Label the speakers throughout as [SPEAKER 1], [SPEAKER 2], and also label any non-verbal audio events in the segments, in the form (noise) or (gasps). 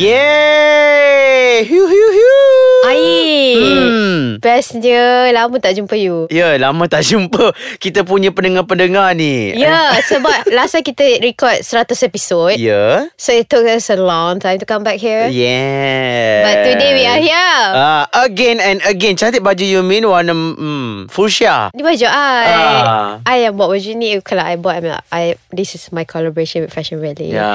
[SPEAKER 1] Yeay! Hiu hiu hiu.
[SPEAKER 2] Air
[SPEAKER 1] Hmm.
[SPEAKER 2] Bestnya Lama tak jumpa you
[SPEAKER 1] Ya, lama tak jumpa kita punya pendengar-pendengar ni.
[SPEAKER 2] Ya yeah,
[SPEAKER 1] (laughs)
[SPEAKER 2] sebab Last time kita record 100 episode yeah.
[SPEAKER 1] Ya.
[SPEAKER 2] So it took us a long time To come back here yeah.
[SPEAKER 1] Yeah.
[SPEAKER 2] Ya. But today we are here uh.
[SPEAKER 1] Ah, again and again. Cantik baju Yumin warna mm, fuchsia.
[SPEAKER 2] Ni baju I
[SPEAKER 1] Ah.
[SPEAKER 2] uh. I yang buat baju ni Kalau I buat I, mean, I This is my collaboration With Fashion Rally
[SPEAKER 1] Ya.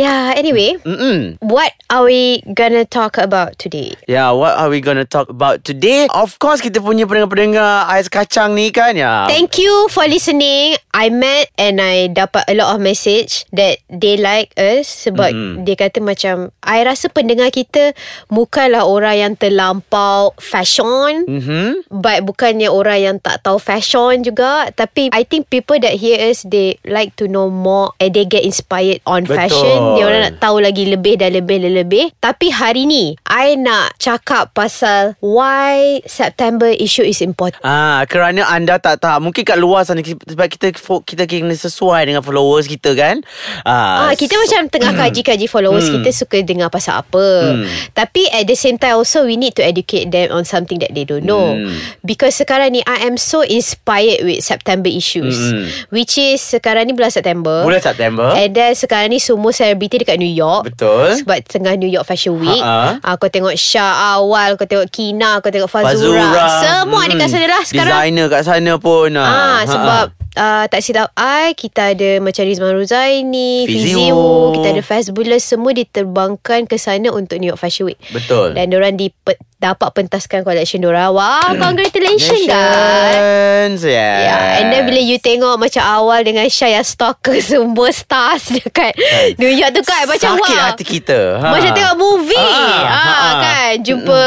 [SPEAKER 2] Yeah anyway
[SPEAKER 1] Mm-mm.
[SPEAKER 2] What are we Gonna talk about today
[SPEAKER 1] Yeah, Ya, what are we gonna talk about today? Of course, kita punya pendengar-pendengar ais kacang ni kan ya.
[SPEAKER 2] Thank you for listening. I met and I dapat a lot of message that they like us sebab mm-hmm. dia kata macam I rasa pendengar kita bukanlah orang yang terlampau fashion
[SPEAKER 1] Hmm?
[SPEAKER 2] but bukannya orang yang tak tahu fashion juga tapi I think people that hear us they like to know more and they get inspired on
[SPEAKER 1] Betul.
[SPEAKER 2] fashion. Dia orang nak tahu lagi lebih dan lebih dan lebih. Tapi hari ni I nak cakap pasal why September issue is important.
[SPEAKER 1] Ah, kerana anda tak tahu Mungkin kat luar sana ki- Sebab kita fo- kita kena sesuai dengan followers kita kan
[SPEAKER 2] Ah, kita macam tengah
[SPEAKER 1] Hmm.
[SPEAKER 2] kaji-kaji followers kita suka dengar pasal apa. Tapi at the same time also we need to educate them on something that they don't know.
[SPEAKER 1] Hmm.
[SPEAKER 2] Because sekarang ni I am so inspired with September issues. Which is sekarang ni bulan September.
[SPEAKER 1] Hmm. Bulan September
[SPEAKER 2] And then sekarang ni semua selebriti dekat New York.
[SPEAKER 1] Betul. Ha,
[SPEAKER 2] Sebab tengah New York Fashion Week.
[SPEAKER 1] Ha-ha.
[SPEAKER 2] Ah, kau tengok Syah Awal, kau tengok Kina, kau tengok Fazura. Semua ada kat sana lah sekarang.
[SPEAKER 1] Hmm. Designer kat sana pun
[SPEAKER 2] Ah,
[SPEAKER 1] ha.
[SPEAKER 2] sebab Uh, tak silap I Kita ada macam Rizman Ruzaini
[SPEAKER 1] Fizi
[SPEAKER 2] Fizi
[SPEAKER 1] Wu.
[SPEAKER 2] Wu Kita ada Fazbullah Semua diterbangkan ke sana Untuk New York Fashion Week
[SPEAKER 1] Betul.
[SPEAKER 2] Dan diorang di, dapat pentaskan Collection
[SPEAKER 1] Hmm.
[SPEAKER 2] diorang Wow Congratulations guys
[SPEAKER 1] Nations Yeah
[SPEAKER 2] Yeah. kan? Ya, And then bila you tengok Macam awal dengan Syah Yang stalker (laughs) semua stars Dekat New York tu kan Macam
[SPEAKER 1] Sakit
[SPEAKER 2] wow
[SPEAKER 1] hati kita ha.
[SPEAKER 2] Macam tengok movie
[SPEAKER 1] Ah,
[SPEAKER 2] ah,
[SPEAKER 1] ah.
[SPEAKER 2] kan Jumpa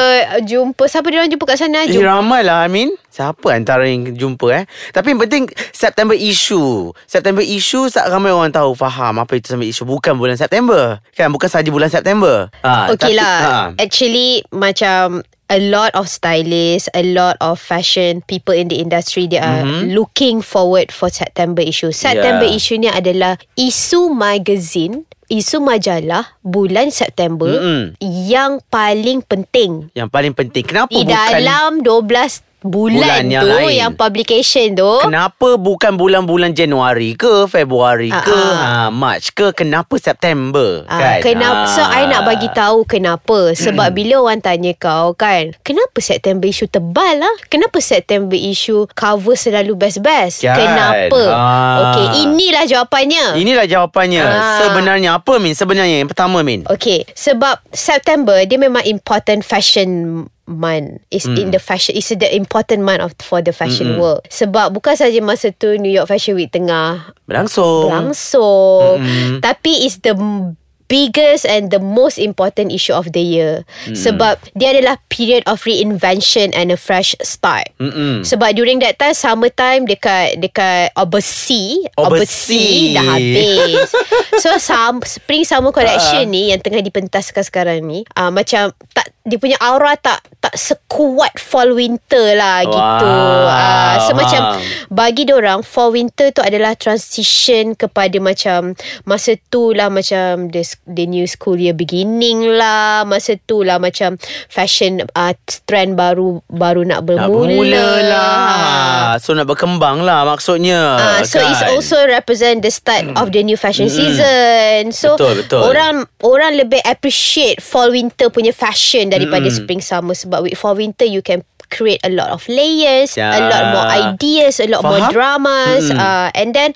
[SPEAKER 2] Jumpa Siapa diorang jumpa kat sana
[SPEAKER 1] Eh,
[SPEAKER 2] Jumpa
[SPEAKER 1] ramai lah Amin Siapa antara yang jumpa eh Tapi yang penting September issue September issue sa- Ramai orang tahu Faham apa itu September issue Bukan bulan September Kan bukan sahaja bulan September ha,
[SPEAKER 2] Okay
[SPEAKER 1] tapi-
[SPEAKER 2] lah
[SPEAKER 1] ha.
[SPEAKER 2] Actually Macam A lot of stylists A lot of fashion People in the industry They are mm-hmm. looking forward For September issue September
[SPEAKER 1] Mhm. Yeah.
[SPEAKER 2] yeah. issue ni adalah Isu magazine Isu majalah Bulan September
[SPEAKER 1] Mm-mm.
[SPEAKER 2] Yang paling penting
[SPEAKER 1] Yang paling penting Kenapa
[SPEAKER 2] Di
[SPEAKER 1] Oh, bukan
[SPEAKER 2] dalam 12
[SPEAKER 1] Bulan
[SPEAKER 2] bulan,
[SPEAKER 1] yang
[SPEAKER 2] tu
[SPEAKER 1] lain.
[SPEAKER 2] Yang publication tu
[SPEAKER 1] Kenapa bukan bulan-bulan Januari ke Februari ke ha,
[SPEAKER 2] Ah,
[SPEAKER 1] March ke Kenapa September kan
[SPEAKER 2] Ah, kenapa
[SPEAKER 1] Ah. Hmm.
[SPEAKER 2] so I nak bagi tahu kenapa sebab bila orang tanya kau kan kenapa September issue tebal lah kenapa September issue cover selalu best-best
[SPEAKER 1] Kan.
[SPEAKER 2] kenapa
[SPEAKER 1] Ah.
[SPEAKER 2] okey inilah jawapannya
[SPEAKER 1] Inilah jawapannya
[SPEAKER 2] Ah. Oh.
[SPEAKER 1] Sebenarnya apa Min Sebenarnya yang pertama Min
[SPEAKER 2] okey sebab September dia memang important fashion month is
[SPEAKER 1] Hmm.
[SPEAKER 2] in the fashion is the important month of for the fashion world sebab bukan saja masa tu New York Fashion Week tengah
[SPEAKER 1] Berlangsung
[SPEAKER 2] langsung mm-hmm. tapi it's the m- biggest and the most important issue of the year mm. sebab dia adalah period of reinvention and a fresh start
[SPEAKER 1] Mm-mm.
[SPEAKER 2] sebab during that time summertime dekat dekat Oversea
[SPEAKER 1] Oversea.
[SPEAKER 2] dah habis so sum, spring summer collection uh. ni yang tengah dipentaskan sekarang ni uh, macam tak dia punya aura tak tak sekuat fall winter lah gitu
[SPEAKER 1] Wow.
[SPEAKER 2] uh, so macam
[SPEAKER 1] Faham.
[SPEAKER 2] bagi orang fall winter tu adalah transition kepada macam masa tu lah macam the, the new school year beginning lah masa tu lah macam fashion uh, trend baru baru nak
[SPEAKER 1] Nak
[SPEAKER 2] bermula,
[SPEAKER 1] bermula lah
[SPEAKER 2] Ha.
[SPEAKER 1] So nak berkembang lah Maksudnya
[SPEAKER 2] Ah, so
[SPEAKER 1] kan? Hmm.
[SPEAKER 2] it's also represent the start of the new fashion season. So
[SPEAKER 1] Betul, betul.
[SPEAKER 2] orang orang lebih appreciate fall winter punya fashion daripada
[SPEAKER 1] Hmm.
[SPEAKER 2] spring summer sebab with fall winter you can create a lot of layers,
[SPEAKER 1] Ya.
[SPEAKER 2] a lot more ideas, a lot more
[SPEAKER 1] Faham? Hmm.
[SPEAKER 2] dramas uh, and then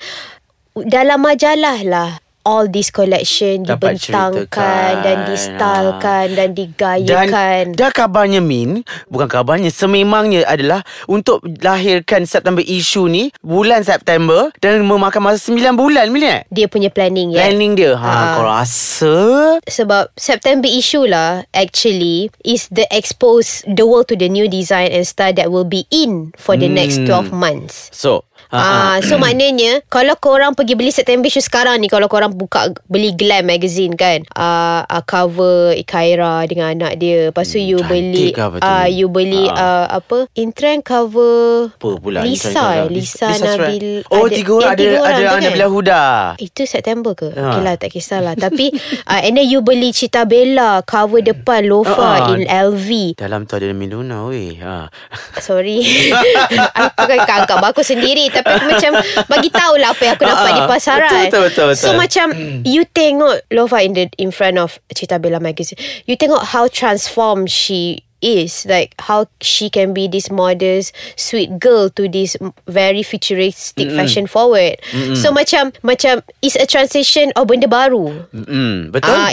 [SPEAKER 2] dalam majalah lah all this collection
[SPEAKER 1] Dapat ceritakan.
[SPEAKER 2] dibentangkan dan distylekan dan
[SPEAKER 1] Dan
[SPEAKER 2] digayakan.
[SPEAKER 1] dah kabarnya Min Bukan kabarnya Sememangnya adalah Untuk lahirkan September issue ni Bulan September Dan memakan masa 9 bulan Min eh
[SPEAKER 2] dia punya planning ya.
[SPEAKER 1] Landing dia ha,
[SPEAKER 2] Ah.
[SPEAKER 1] Kau rasa
[SPEAKER 2] sebab September issue lah actually is the expose the world to the new design and style that will be in for the
[SPEAKER 1] Hmm.
[SPEAKER 2] next 12 months.
[SPEAKER 1] So ha, Ah,
[SPEAKER 2] Ah, so maknanya kalau korang pergi beli September issue sekarang ni kalau korang orang buka beli Glam magazine kan. Uh, uh, cover Ikaira dengan anak dia. Lepas tu you
[SPEAKER 1] cantik
[SPEAKER 2] beli
[SPEAKER 1] lah betul
[SPEAKER 2] uh,
[SPEAKER 1] ni.
[SPEAKER 2] you beli
[SPEAKER 1] Ah.
[SPEAKER 2] uh, apa? Intrend cover
[SPEAKER 1] Apa pula
[SPEAKER 2] Lisa, eh,
[SPEAKER 1] Insan Ikaira?
[SPEAKER 2] Lisa,
[SPEAKER 1] Lisa Surat.
[SPEAKER 2] Nabil.
[SPEAKER 1] Oh
[SPEAKER 2] ada-
[SPEAKER 1] tiga orang
[SPEAKER 2] yang
[SPEAKER 1] Ada
[SPEAKER 2] tiga orang
[SPEAKER 1] ada
[SPEAKER 2] tu kan?
[SPEAKER 1] Nabila Huda
[SPEAKER 2] Itu September ke?
[SPEAKER 1] Ha.
[SPEAKER 2] Ha. Okay lah tak kisahlah Tapi (laughs) uh, And then you beli Cita Bella Cover
[SPEAKER 1] Ha.
[SPEAKER 2] depan Lofa In LV
[SPEAKER 1] Dalam tu ada Miluna weh ha. (laughs)
[SPEAKER 2] Sorry (laughs) Aku kan angkat baku sendiri Tapi aku macam Bagi tahulah apa yang aku dapat
[SPEAKER 1] Ha,
[SPEAKER 2] di pasaran
[SPEAKER 1] betul, betul, betul, betul. Hmm.
[SPEAKER 2] So macam You tengok Lofa in the in front of Cita Bella magazine You tengok how transformed she is like how she can be this modest sweet girl to this very futuristic fashion forward so macam macam it's a transition of benda baru
[SPEAKER 1] mm, Betul Banyak
[SPEAKER 2] Ah, ah,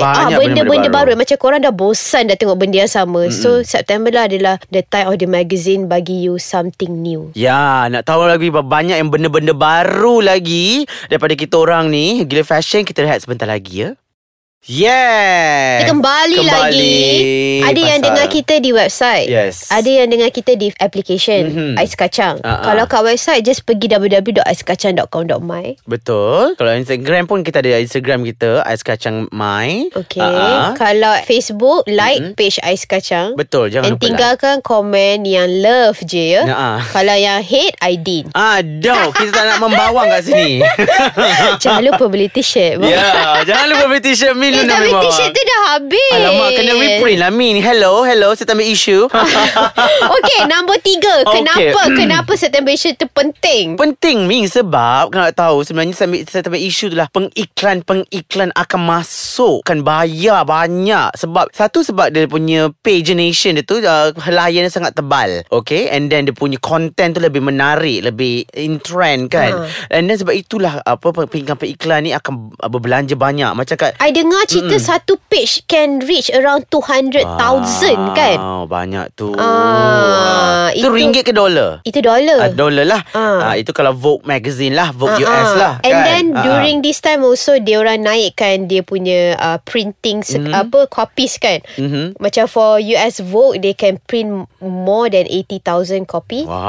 [SPEAKER 1] benda-benda
[SPEAKER 2] benda-benda baru. Macam korang dah bosan dah tengok benda yang sama. Mm-hmm. So September lah adalah the time of the magazine bagi you something new.
[SPEAKER 1] Ya, nak tahu lagi banyak yang benda-benda baru lagi daripada kita orang ni. Gila fashion, kita rehat sebentar lagi ya. Yeah.
[SPEAKER 2] Kita Eh, kembali,
[SPEAKER 1] Eh,
[SPEAKER 2] lagi. Ada yang dengar kita di website.
[SPEAKER 1] Yes.
[SPEAKER 2] Ada yang dengar kita di application mm-hmm. Ais Kacang.
[SPEAKER 1] Ah, ah.
[SPEAKER 2] Kalau kat website just pergi www.aiskacang.com.my.
[SPEAKER 1] Betul. Kalau Instagram pun kita ada Instagram kita Ais Kacang Mai.
[SPEAKER 2] Okay.
[SPEAKER 1] Ah, ah.
[SPEAKER 2] Kalau Facebook like mm-hmm. page Ais Kacang.
[SPEAKER 1] Betul, jangan
[SPEAKER 2] And
[SPEAKER 1] lupa
[SPEAKER 2] tinggalkan komen yang love je ya.
[SPEAKER 1] Ya, ah.
[SPEAKER 2] Kalau yang hate I
[SPEAKER 1] (laughs)
[SPEAKER 2] did.
[SPEAKER 1] Aduh, kita tak nak membawang kat
[SPEAKER 2] (laughs)
[SPEAKER 1] sini.
[SPEAKER 2] Jangan lupa beli t-shirt.
[SPEAKER 1] (laughs) ya, yeah, jangan lupa beli t-shirt Mi
[SPEAKER 2] Eh,
[SPEAKER 1] Luna
[SPEAKER 2] tapi
[SPEAKER 1] membawa.
[SPEAKER 2] t-shirt tu dah habis.
[SPEAKER 1] Alamak, kena reprint lah Min. Hello, hello, saya tak ambil isu.
[SPEAKER 2] (laughs) Okey, nombor tiga.
[SPEAKER 1] Okey. Hmm.
[SPEAKER 2] Kenapa? Kenapa September issue tu penting?
[SPEAKER 1] Penting Ming sebab kena nak tahu sebenarnya sambil sampai isu tu lah pengiklan-pengiklan akan masuk kan bayar banyak sebab satu sebab dia punya pagination dia tu uh, layan dia sangat tebal okay and then dia punya content tu lebih menarik lebih in trend kan uh.
[SPEAKER 2] Ha.
[SPEAKER 1] and then sebab itulah apa pengiklan-pengiklan ni akan uh, berbelanja banyak macam kat
[SPEAKER 2] I dengar cerita
[SPEAKER 1] Hmm.
[SPEAKER 2] mm. satu page can reach around 200,000
[SPEAKER 1] Ah,
[SPEAKER 2] kan?
[SPEAKER 1] banyak tu
[SPEAKER 2] Ah,
[SPEAKER 1] itu,
[SPEAKER 2] itu-
[SPEAKER 1] ringgit ke dollar
[SPEAKER 2] Itu dollar.
[SPEAKER 1] Ah, dollar lah
[SPEAKER 2] Ah.
[SPEAKER 1] ah. Itu kalau Vogue magazine lah Vogue
[SPEAKER 2] Ah,
[SPEAKER 1] US
[SPEAKER 2] ah.
[SPEAKER 1] lah
[SPEAKER 2] And
[SPEAKER 1] kan?
[SPEAKER 2] then
[SPEAKER 1] Ah, ah.
[SPEAKER 2] during this time also dia orang naikkan dia punya uh, printing
[SPEAKER 1] Hmm.
[SPEAKER 2] mm-hmm. apa copies kan. Mm-hmm. Macam for US Vogue they can print more than 80,000 copy.
[SPEAKER 1] Wow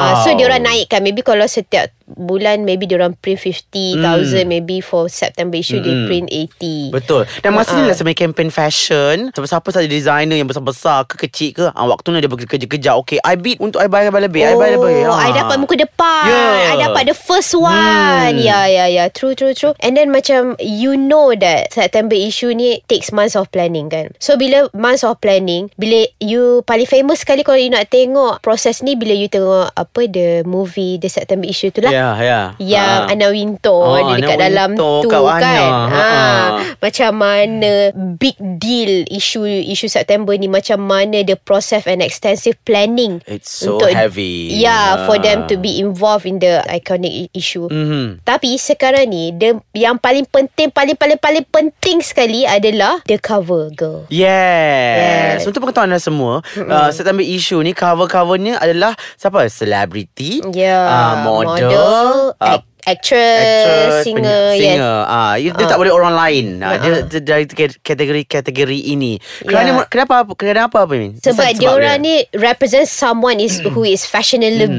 [SPEAKER 2] Uh, so diorang naikkan Maybe kalau setiap bulan Maybe diorang print 50,000 Maybe for September issue mm. They print 80
[SPEAKER 1] Hmm. Betul Dan masa ni
[SPEAKER 2] Ah.
[SPEAKER 1] lah Sebenarnya campaign fashion Siapa-siapa saja designer Yang besar-besar ke kecil ke ah, Waktu ni dia bekerja kerja Okay I bid untuk I bayar lebih I bayar Ya. lebih Ah.
[SPEAKER 2] Oh, I dapat muka depan.
[SPEAKER 1] Yeah.
[SPEAKER 2] I dapat the first one. Hmm. Yeah, yeah, yeah. True, true, true. And then macam you know that September issue ni takes months of planning kan. So bila months of planning, bila you paling famous sekali kalau you nak tengok proses ni bila you tengok apa the movie the September issue tu lah.
[SPEAKER 1] Ya ya
[SPEAKER 2] Yang
[SPEAKER 1] Ah.
[SPEAKER 2] Anna Wintour
[SPEAKER 1] Oh,
[SPEAKER 2] Dia dekat
[SPEAKER 1] Anna
[SPEAKER 2] dalam
[SPEAKER 1] Wintour,
[SPEAKER 2] tu
[SPEAKER 1] Kak
[SPEAKER 2] kan
[SPEAKER 1] Anna. Ha,
[SPEAKER 2] Ah,
[SPEAKER 1] ha.
[SPEAKER 2] Macam mana Big deal Isu isu September ni Macam mana The process and extensive planning
[SPEAKER 1] It's so heavy.
[SPEAKER 2] Yeah
[SPEAKER 1] Ah.
[SPEAKER 2] Ya, For them to be involved In the iconic i- issue mm-hmm. Tapi sekarang ni the, Yang paling penting Paling-paling-paling penting sekali Adalah The cover girl
[SPEAKER 1] Yes.
[SPEAKER 2] Yes.
[SPEAKER 1] Untuk pengetahuan anda semua, uh, September issue ni cover-covernya adalah siapa? Selebriti,
[SPEAKER 2] Yeah
[SPEAKER 1] ah, model, ah,
[SPEAKER 2] Ya, act- Actress, Eh,
[SPEAKER 1] penyanyi-
[SPEAKER 2] Singer, ya, yes.
[SPEAKER 1] singer. Ah, you- dia tak boleh orang lain. Ah, dia, dia dari kate- kategori-kategori ini. Kerana
[SPEAKER 2] Ya.
[SPEAKER 1] kenapa apa kenapa apa apa ni?
[SPEAKER 2] Sebab dia Hmm. orang ni represent someone is who is fashionably hmm.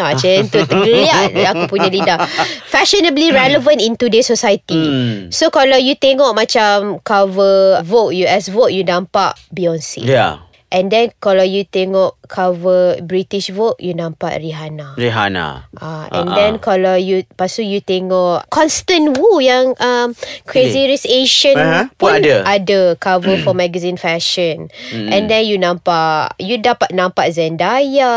[SPEAKER 2] ha, macam tu tergeliat aku punya (laughs) lidah. Fashionably relevant in today's society. Hmm. So kalau you tengok macam cover Vogue US Vogue you nampak Beyonce.
[SPEAKER 1] Yeah.
[SPEAKER 2] And then kalau you tengok cover British Vogue you nampak Rihanna.
[SPEAKER 1] Rihanna.
[SPEAKER 2] Ah, and uh-uh. then kalau you Lepas tu you tengok Constant Wu Yang um, Crazy Rich Asian
[SPEAKER 1] Aha, pun
[SPEAKER 2] Pun
[SPEAKER 1] ada. Hmm.
[SPEAKER 2] Ada cover for magazine fashion And then you nampak You dapat nampak Zendaya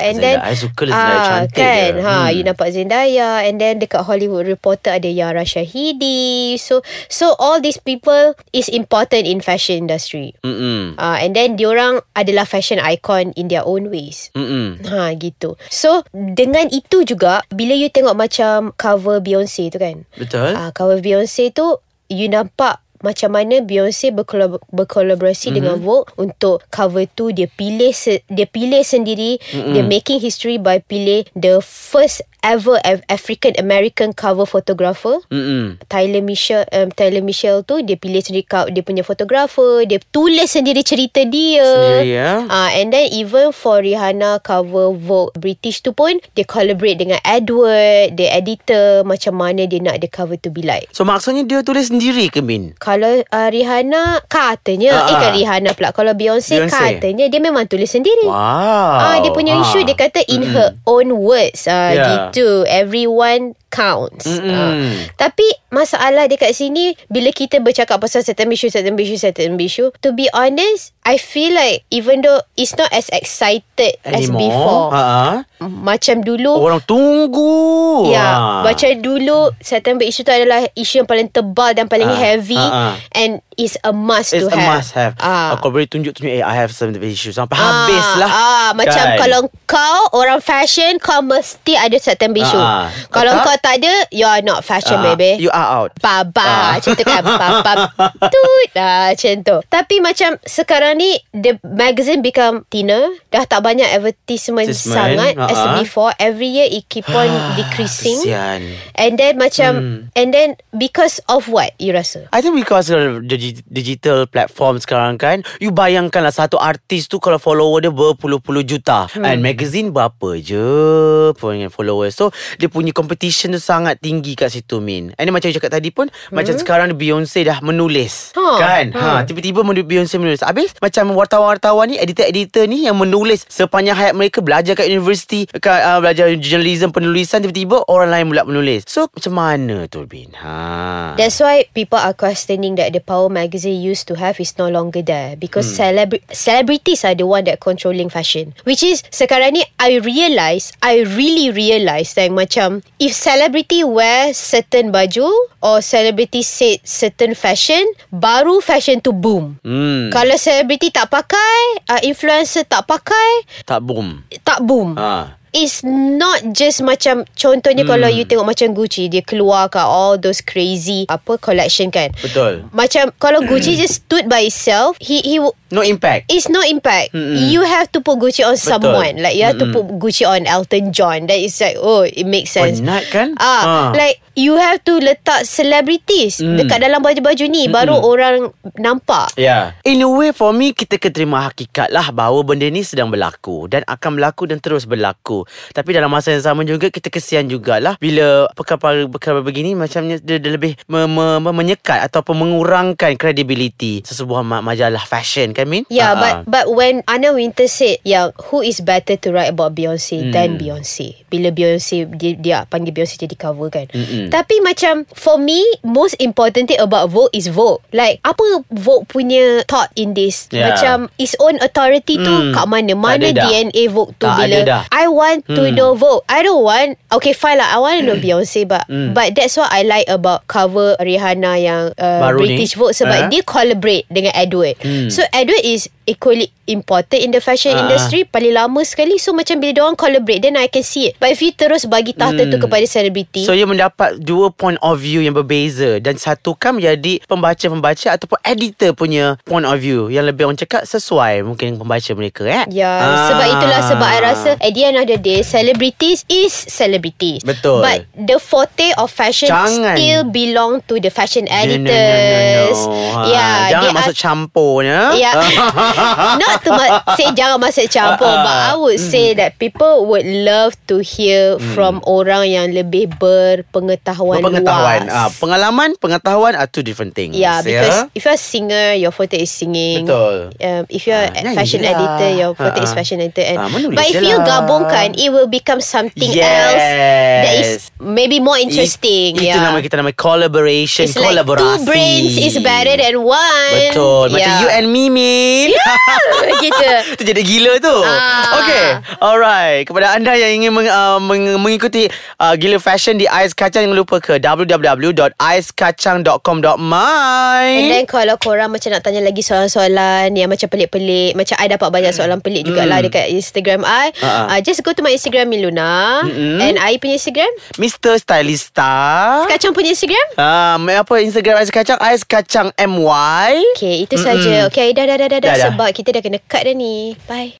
[SPEAKER 2] And then
[SPEAKER 1] Zendaya, I suka lah Zendaya,
[SPEAKER 2] Ah,
[SPEAKER 1] cantik
[SPEAKER 2] kan,
[SPEAKER 1] dia.
[SPEAKER 2] ha,
[SPEAKER 1] Hmm.
[SPEAKER 2] You nampak Zendaya And then dekat Hollywood Reporter Ada Yara Shahidi So so all these people Is important in fashion industry
[SPEAKER 1] Mm-mm.
[SPEAKER 2] Ah, And then diorang Adalah fashion icon In their own ways
[SPEAKER 1] Mm-mm.
[SPEAKER 2] Ha gitu So Dengan itu juga Bila you tengok macam Cover Beyonce tu kan
[SPEAKER 1] Betul?
[SPEAKER 2] uh, Cover Beyonce tu You nampak macam mana Beyonce berkolab- berkolaborasi mm-hmm. dengan Vogue untuk cover tu dia pilih se- dia pilih sendiri mm-hmm. dia making history by pilih the first ever Af- African American cover photographer
[SPEAKER 1] Mm-mm.
[SPEAKER 2] Tyler Michelle um, Tyler Michelle tu dia pilih sendiri kau dia punya fotografer dia tulis sendiri cerita dia
[SPEAKER 1] Sendiri, ya.
[SPEAKER 2] Ah, and then even for Rihanna cover Vogue British tu pun dia collaborate dengan Edward the editor macam mana dia nak the cover tu be like
[SPEAKER 1] So maksudnya dia tulis sendiri ke Min?
[SPEAKER 2] kalau uh, Rihanna katanya
[SPEAKER 1] Ah,
[SPEAKER 2] uh, eh
[SPEAKER 1] ah.
[SPEAKER 2] kan Rihanna pula kalau Beyonce,
[SPEAKER 1] Beyonce.
[SPEAKER 2] Beyonce. katanya dia memang tulis sendiri
[SPEAKER 1] Wow.
[SPEAKER 2] Ah, dia punya isu dia kata in her own words ah
[SPEAKER 1] Yeah.
[SPEAKER 2] gitu everyone counts.
[SPEAKER 1] Mm-mm.
[SPEAKER 2] Ah. Tapi masalah dekat sini bila kita bercakap pasal certain issue certain issue certain issue to be honest I feel like even though it's not as excited Anymore. as before.
[SPEAKER 1] Ha.
[SPEAKER 2] Macam dulu
[SPEAKER 1] Orang tunggu.
[SPEAKER 2] Oh. Ya,
[SPEAKER 1] Ha.
[SPEAKER 2] macam dulu certain issue tu adalah isu yang paling tebal dan paling
[SPEAKER 1] Ah,
[SPEAKER 2] heavy
[SPEAKER 1] ah, ah.
[SPEAKER 2] and is a must
[SPEAKER 1] It's
[SPEAKER 2] to
[SPEAKER 1] a
[SPEAKER 2] have.
[SPEAKER 1] must have.
[SPEAKER 2] Ah.
[SPEAKER 1] Aku boleh tunjuk-tunjuk, eh, I have some issues. Sampai habis lah.
[SPEAKER 2] Ah, macam
[SPEAKER 1] Kan?
[SPEAKER 2] kalau kau orang fashion kau mesti ada certain issue.
[SPEAKER 1] Ah, ah.
[SPEAKER 2] kalau
[SPEAKER 1] Kalau
[SPEAKER 2] kau tak ada, you are not fashion
[SPEAKER 1] Ah,
[SPEAKER 2] baby.
[SPEAKER 1] You are out. Ah.
[SPEAKER 2] Baba Macam
[SPEAKER 1] (laughs)
[SPEAKER 2] tu kan Baba Tut ah, Macam tu Tapi macam Sekarang ni The magazine become thinner Dah tak banyak advertisement
[SPEAKER 1] Advertisement,
[SPEAKER 2] Sangat As
[SPEAKER 1] ah.
[SPEAKER 2] before Every year It keep
[SPEAKER 1] (gasps)
[SPEAKER 2] on decreasing
[SPEAKER 1] Kesian. Hmm.
[SPEAKER 2] And then macam And then Because of what You rasa
[SPEAKER 1] I think because of the digi- digital platform sekarang kan You bayangkanlah satu artis tu Kalau follower dia berpuluh-puluh juta hmm. And magazine berapa je pun dengan followers So dia punya competition tu sangat tinggi kat situ Min And then macam you cakap tadi pun hmm. Macam sekarang Beyonce dah menulis
[SPEAKER 2] Ha,
[SPEAKER 1] Kan ha.
[SPEAKER 2] ha.
[SPEAKER 1] Tiba-tiba men- Beyonce menulis Habis macam wartawan-wartawan ni Editor-editor ni yang menulis Sepanjang hayat mereka Belajar kat universiti kat, uh, Belajar journalism penulisan Tiba-tiba orang lain pula menulis So macam mana tu Min ha.
[SPEAKER 2] That's why people are questioning that the power magazine used to have is no longer there because celebra- celebrities are the one that controlling fashion. Which is sekarang ni I realise, I really realise that macam if celebrity wear certain baju or celebrity said certain fashion, baru fashion tu boom.
[SPEAKER 1] Hmm.
[SPEAKER 2] Kalau celebrity tak pakai, uh, influencer tak pakai,
[SPEAKER 1] Tak boom
[SPEAKER 2] tak boom.
[SPEAKER 1] ha.
[SPEAKER 2] It's not just macam Contohnya hmm. kalau you tengok macam Gucci Dia keluarkan all those crazy Apa collection kan
[SPEAKER 1] Betul
[SPEAKER 2] Macam Kalau Gucci just stood by itself He he w-
[SPEAKER 1] No impact
[SPEAKER 2] It's no impact Mm-mm. You have to put Gucci on
[SPEAKER 1] Betul.
[SPEAKER 2] someone Like you have Mm-mm. to put Gucci on Elton John That is like Oh it makes sense
[SPEAKER 1] Penat kan Ha.
[SPEAKER 2] Ah, Like you have to letak Celebrities mm. Dekat dalam baju-baju ni Mm-mm. Baru orang Nampak
[SPEAKER 1] Yeah. In a way for me kita kena terima hakikat lah bahawa benda ni sedang berlaku dan akan berlaku dan terus berlaku. Tapi dalam masa yang sama juga kita kesian jugalah bila perkara-perkara begini macamnya dia, dia lebih me, me, me, menyekat ataupun mengurangkan credibility sesebuah ma- majalah fashion kan Min?
[SPEAKER 2] Yeah,
[SPEAKER 1] Ah,
[SPEAKER 2] Ya, but
[SPEAKER 1] ah.
[SPEAKER 2] but when Anna Winter said, "Yeah, who is better to write about
[SPEAKER 1] Hmm.
[SPEAKER 2] Beyonce than Beyonce?" Bila Beyonce dia, dia panggil Beyonce jadi cover kan. Mm-mm. Tapi macam for me, most important thing about Vogue is Vogue. Like apa Vogue punya thought in this?
[SPEAKER 1] Yeah.
[SPEAKER 2] Macam its own authority tu
[SPEAKER 1] Mm.
[SPEAKER 2] kat mana?
[SPEAKER 1] Ya. Tak
[SPEAKER 2] Mana
[SPEAKER 1] ada dah.
[SPEAKER 2] DNA Vogue tu
[SPEAKER 1] Tak
[SPEAKER 2] bila
[SPEAKER 1] ada dah. Hmm.
[SPEAKER 2] I want to know Vogue. I don't want okay fine lah. I want to
[SPEAKER 1] (clears throat)
[SPEAKER 2] know Beyonce but
[SPEAKER 1] Hmm.
[SPEAKER 2] but that's what I like about cover Rihanna yang uh,
[SPEAKER 1] Baru ni.
[SPEAKER 2] British Vogue
[SPEAKER 1] Eh?
[SPEAKER 2] sebab dia collaborate dengan Edward. Hmm. So Edward is equally important in the fashion
[SPEAKER 1] Ah,
[SPEAKER 2] uh. industry paling lama sekali. So macam bila diorang collaborate then I can see it. But if you terus bagi tahta hmm. tu kepada selebriti.
[SPEAKER 1] So you mendapat dua point of view yang berbeza dan satukan menjadi pembaca-pembaca ataupun editor punya point of view yang lebih orang cakap sesuai mungkin pembaca mereka eh.
[SPEAKER 2] Ya, yeah, ah. sebab itulah sebab I rasa at the end of the day, celebrities is celebrities.
[SPEAKER 1] Betul.
[SPEAKER 2] But the forte of fashion
[SPEAKER 1] Jangan.
[SPEAKER 2] still belong to the fashion
[SPEAKER 1] Ah. No,
[SPEAKER 2] editors.
[SPEAKER 1] no, no, no, no.
[SPEAKER 2] Ya,
[SPEAKER 1] Ha,
[SPEAKER 2] Yeah,
[SPEAKER 1] jangan
[SPEAKER 2] they
[SPEAKER 1] masuk ya. Ah,
[SPEAKER 2] are-
[SPEAKER 1] campurnya. (laughs)
[SPEAKER 2] Yeah. Ya. Not to ma- say jangan masuk campur
[SPEAKER 1] Ah, ah.
[SPEAKER 2] but I would say that people would love to hear
[SPEAKER 1] Mm.
[SPEAKER 2] from orang yang lebih berpengetahuan,
[SPEAKER 1] Pengetahuan
[SPEAKER 2] luas.
[SPEAKER 1] ah, Pengalaman Pengetahuan are two different things
[SPEAKER 2] Yeah,
[SPEAKER 1] ya?
[SPEAKER 2] because if you're a singer, your forte is singing.
[SPEAKER 1] Betul.
[SPEAKER 2] Um, if you're
[SPEAKER 1] Ah,
[SPEAKER 2] a
[SPEAKER 1] nyanyi
[SPEAKER 2] fashion
[SPEAKER 1] je lah.
[SPEAKER 2] editor, your forte
[SPEAKER 1] Ah,
[SPEAKER 2] is
[SPEAKER 1] ah.
[SPEAKER 2] fashion editor. And
[SPEAKER 1] Ah, menulis
[SPEAKER 2] but if
[SPEAKER 1] je
[SPEAKER 2] you
[SPEAKER 1] lah.
[SPEAKER 2] gabungkan, it will become something else that is
[SPEAKER 1] Yes.
[SPEAKER 2] maybe more interesting.
[SPEAKER 1] It, Itu
[SPEAKER 2] yeah.
[SPEAKER 1] nama kita nama Collaboration
[SPEAKER 2] It's like
[SPEAKER 1] Kolaborasi
[SPEAKER 2] two brains is better than one. Ya.
[SPEAKER 1] (laughs) Betul Macam you and me Min
[SPEAKER 2] (laughs)
[SPEAKER 1] (laughs)
[SPEAKER 2] Gitu
[SPEAKER 1] Itu jadi gila tu
[SPEAKER 2] Ah.
[SPEAKER 1] Okay Alright Kepada anda yang ingin meng, uh, meng, Mengikuti uh, Gila Fashion Di Ais Kacang Jangan lupa ke www.aiskacang.com.my
[SPEAKER 2] And then kalau korang macam nak tanya lagi soalan-soalan yang macam pelik-pelik. Macam I dapat banyak soalan pelik jugalah mm. dekat Instagram I.
[SPEAKER 1] Hmm. Ah, ah.
[SPEAKER 2] Uh, just go to my Instagram Miluna. Mm-hmm. And I punya Instagram.
[SPEAKER 1] Mr. Stylista
[SPEAKER 2] Kacang punya Instagram.
[SPEAKER 1] Um, apa Instagram Ais Kacang Ais Kacang MY
[SPEAKER 2] Okay, itu saja. Okay, dah, dah, dah, dah, dah,
[SPEAKER 1] Ah. Dah, dah.
[SPEAKER 2] Sebab kita dah kena cut dah ni. Bye.